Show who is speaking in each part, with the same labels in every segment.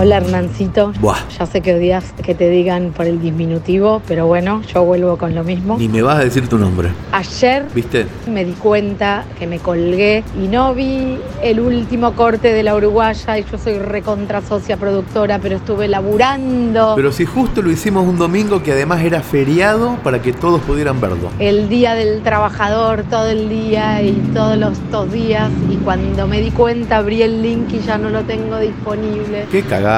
Speaker 1: Hola Hernancito.
Speaker 2: Buah.
Speaker 1: Ya sé que odias que te digan por el disminutivo, pero bueno, yo vuelvo con lo mismo.
Speaker 2: Ni me vas a decir tu nombre.
Speaker 1: Ayer
Speaker 2: ¿Viste?
Speaker 1: me di cuenta que me colgué y no vi el último corte de la uruguaya y yo soy recontra socia productora, pero estuve laburando
Speaker 2: Pero si justo lo hicimos un domingo que además era feriado para que todos pudieran verlo.
Speaker 1: el día del trabajador todo el día y todos los dos días y cuando me di cuenta abrí el link y ya no lo tengo disponible.
Speaker 2: ¡Qué cagada!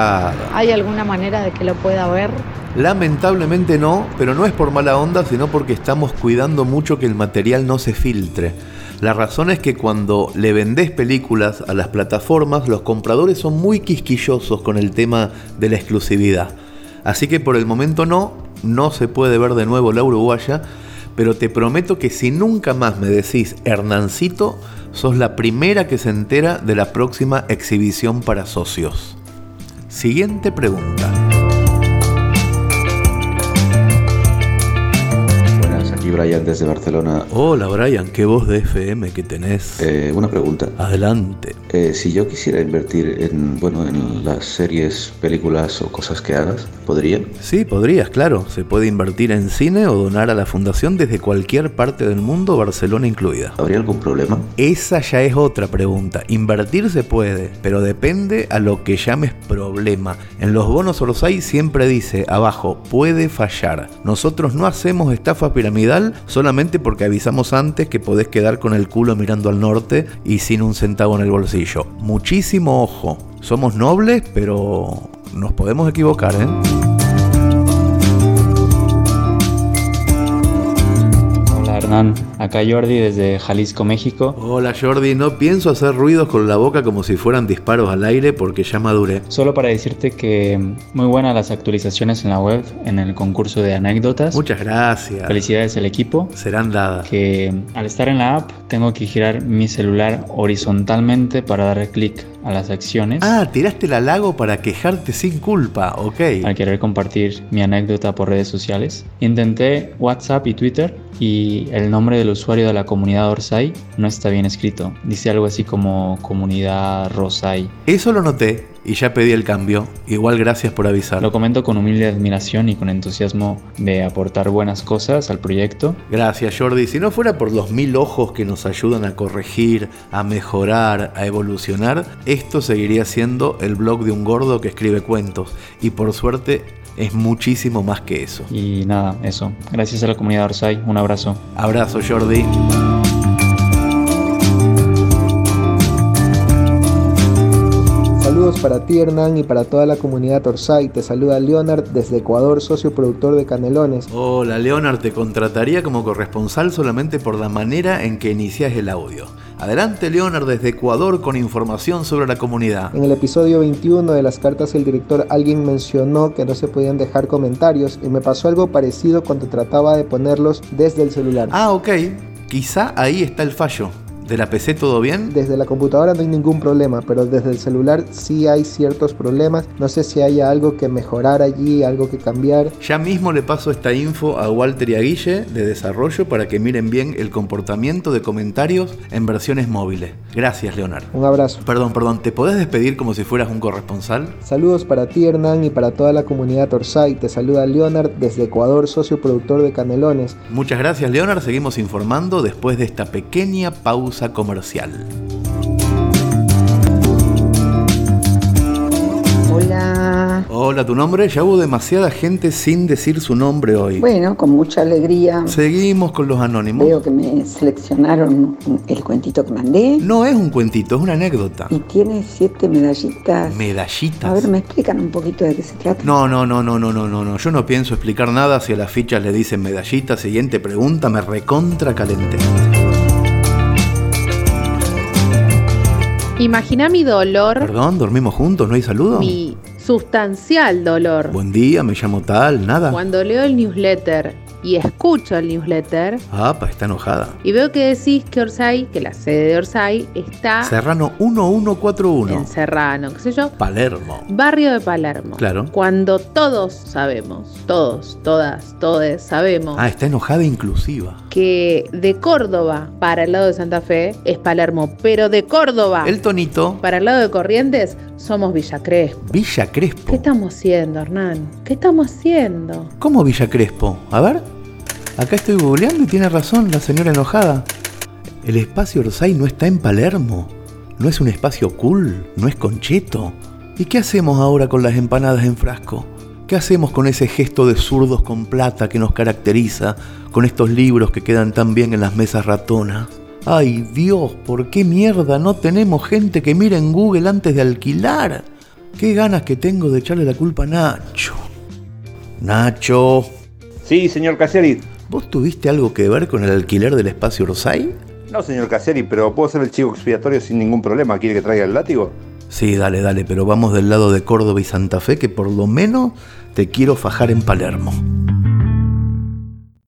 Speaker 1: ¿Hay alguna manera de que lo pueda ver?
Speaker 2: Lamentablemente no, pero no es por mala onda, sino porque estamos cuidando mucho que el material no se filtre. La razón es que cuando le vendés películas a las plataformas, los compradores son muy quisquillosos con el tema de la exclusividad. Así que por el momento no, no se puede ver de nuevo la uruguaya, pero te prometo que si nunca más me decís Hernancito, sos la primera que se entera de la próxima exhibición para socios. Siguiente pregunta.
Speaker 3: Buenas, aquí Brian desde Barcelona.
Speaker 2: Hola Brian, qué voz de FM que tenés.
Speaker 3: Eh, una pregunta.
Speaker 2: Adelante.
Speaker 3: Eh, si yo quisiera invertir en, bueno, en las series, películas o cosas que hagas, ¿podría?
Speaker 2: Sí, podrías, claro. Se puede invertir en cine o donar a la fundación desde cualquier parte del mundo, Barcelona incluida.
Speaker 3: ¿Habría algún problema?
Speaker 2: Esa ya es otra pregunta. Invertir se puede, pero depende a lo que llames problema. En los bonos Orsay siempre dice abajo, puede fallar. Nosotros no hacemos estafa piramidal solamente porque avisamos antes que podés quedar con el culo mirando al norte y sin un centavo en el bolsillo. Muchísimo ojo. Somos nobles, pero nos podemos equivocar, ¿eh?
Speaker 4: Hola Hernán, acá Jordi desde Jalisco, México.
Speaker 2: Hola Jordi, no pienso hacer ruidos con la boca como si fueran disparos al aire porque ya maduré.
Speaker 4: Solo para decirte que mm, muy buenas las actualizaciones en la web, en el concurso de anécdotas.
Speaker 2: Muchas gracias.
Speaker 4: Felicidades al equipo.
Speaker 2: Serán dadas.
Speaker 4: Que mm, al estar en la app tengo que girar mi celular horizontalmente para dar clic a las acciones.
Speaker 2: Ah, tiraste el halago para quejarte sin culpa,
Speaker 4: Al
Speaker 2: ok.
Speaker 4: querer compartir mi anécdota por redes sociales, intenté WhatsApp y Twitter y el nombre del usuario de la comunidad Orsay no está bien escrito. Dice algo así como comunidad Rosay.
Speaker 2: Eso lo noté y ya pedí el cambio. Igual gracias por
Speaker 4: Lo
Speaker 2: avisar.
Speaker 4: comento con humilde admiración y con entusiasmo de aportar buenas cosas al proyecto.
Speaker 2: Gracias Jordi, si no fuera por los mil ojos que nos ayudan a corregir, a mejorar, a evolucionar, esto seguiría siendo el blog de un gordo que escribe cuentos y por suerte es muchísimo más que eso.
Speaker 4: Y nada, eso. Gracias a la comunidad Orsay. Un abrazo.
Speaker 2: Abrazo Jordi.
Speaker 5: Saludos para ti Hernán y para toda la comunidad Orsay. Te saluda Leonard desde Ecuador, socio productor de Canelones.
Speaker 2: Hola Leonard, te contrataría como corresponsal solamente por la manera en que inicias el audio. Adelante Leonard desde Ecuador con información sobre la comunidad.
Speaker 5: En el episodio 21 de las cartas del director alguien mencionó que no se podían dejar comentarios y me pasó algo parecido cuando trataba de ponerlos desde el celular.
Speaker 2: Ah, ok, quizá ahí está el fallo. ¿De la PC todo bien?
Speaker 5: Desde la computadora no hay ningún problema, pero desde el celular sí hay ciertos problemas. No sé si hay algo que mejorar allí, algo que cambiar.
Speaker 2: Ya mismo le paso esta info a Walter y a Guille de desarrollo para que miren bien el comportamiento de comentarios en versiones móviles. Gracias Leonard.
Speaker 5: Un abrazo.
Speaker 2: Perdón, perdón, ¿te podés despedir como si fueras un corresponsal?
Speaker 5: Saludos para ti Hernán y para toda la comunidad Orsay. Te saluda Leonard desde Ecuador, socio productor de Canelones.
Speaker 2: Muchas gracias, Leonard. Seguimos informando después de esta pequeña pausa comercial.
Speaker 6: Hola.
Speaker 2: Hola, tu nombre. Ya hubo demasiada gente sin decir su nombre hoy.
Speaker 6: Bueno, con mucha alegría.
Speaker 2: Seguimos con los anónimos.
Speaker 6: Veo que me seleccionaron el cuentito que mandé
Speaker 2: No es un cuentito, es una anécdota.
Speaker 6: y tiene siete medallitas. A
Speaker 2: Medallitas.
Speaker 6: ver, ¿me explican un poquito de qué se trata?
Speaker 2: No, no, no, no, no, no, no, no. Yo no pienso explicar nada si a las fichas le dicen medallita. Siguiente pregunta, me recontra calenté.
Speaker 7: Imagina mi dolor,
Speaker 2: Perdón, dormimos juntos, ¿no hay saludo?
Speaker 7: mi sustancial dolor,
Speaker 2: Buen día, me llamo tal, nada.
Speaker 7: cuando leo el newsletter y escucho el newsletter
Speaker 2: Ah, pa, está enojada.
Speaker 7: y veo que decís que Orsay, que la sede de Orsay
Speaker 1: Ah.
Speaker 7: está
Speaker 2: Serrano
Speaker 7: en
Speaker 2: 1141,
Speaker 7: Serrano, qué sé yo,
Speaker 2: Palermo.
Speaker 7: barrio de Palermo.
Speaker 2: Claro.
Speaker 7: Cuando todos sabemos, todos, todas, todes sabemos
Speaker 2: Ah, está enojada inclusiva.
Speaker 7: que de Córdoba para el lado de Santa Fe es Palermo, pero de
Speaker 1: Ah.
Speaker 7: Córdoba
Speaker 2: El tonito,
Speaker 7: para el lado de Corrientes somos Villa Crespo.
Speaker 2: Villa
Speaker 7: ¿Qué
Speaker 2: Crespo.
Speaker 7: estamos haciendo, Hernán? ¿Qué estamos haciendo?
Speaker 2: ¿Cómo Villa Crespo? A ver, acá estoy googleando y tiene razón la señora enojada. El espacio Orsay no está en Palermo. No es un espacio cool, no es concheto. ¿Y qué hacemos ahora con las empanadas en frasco? ¿Qué hacemos con ese gesto de zurdos con plata que nos caracteriza, con estos libros que quedan tan bien en las mesas ratonas? Ay Dios, ¿por qué mierda no tenemos gente que mira en Google antes de alquilar? ¿Qué ganas que tengo de echarle la culpa a Nacho? Nacho,
Speaker 8: Sí, señor Caseri.
Speaker 2: ¿vos tuviste algo que ver con el alquiler del espacio Orsay?
Speaker 8: No, señor Caseri, pero puedo ser el chivo expiatorio sin ningún problema. ¿Quiere que traiga el látigo?
Speaker 2: Sí, dale, dale, pero vamos del lado de Córdoba y Santa Fe, que por lo menos te quiero fajar en Palermo.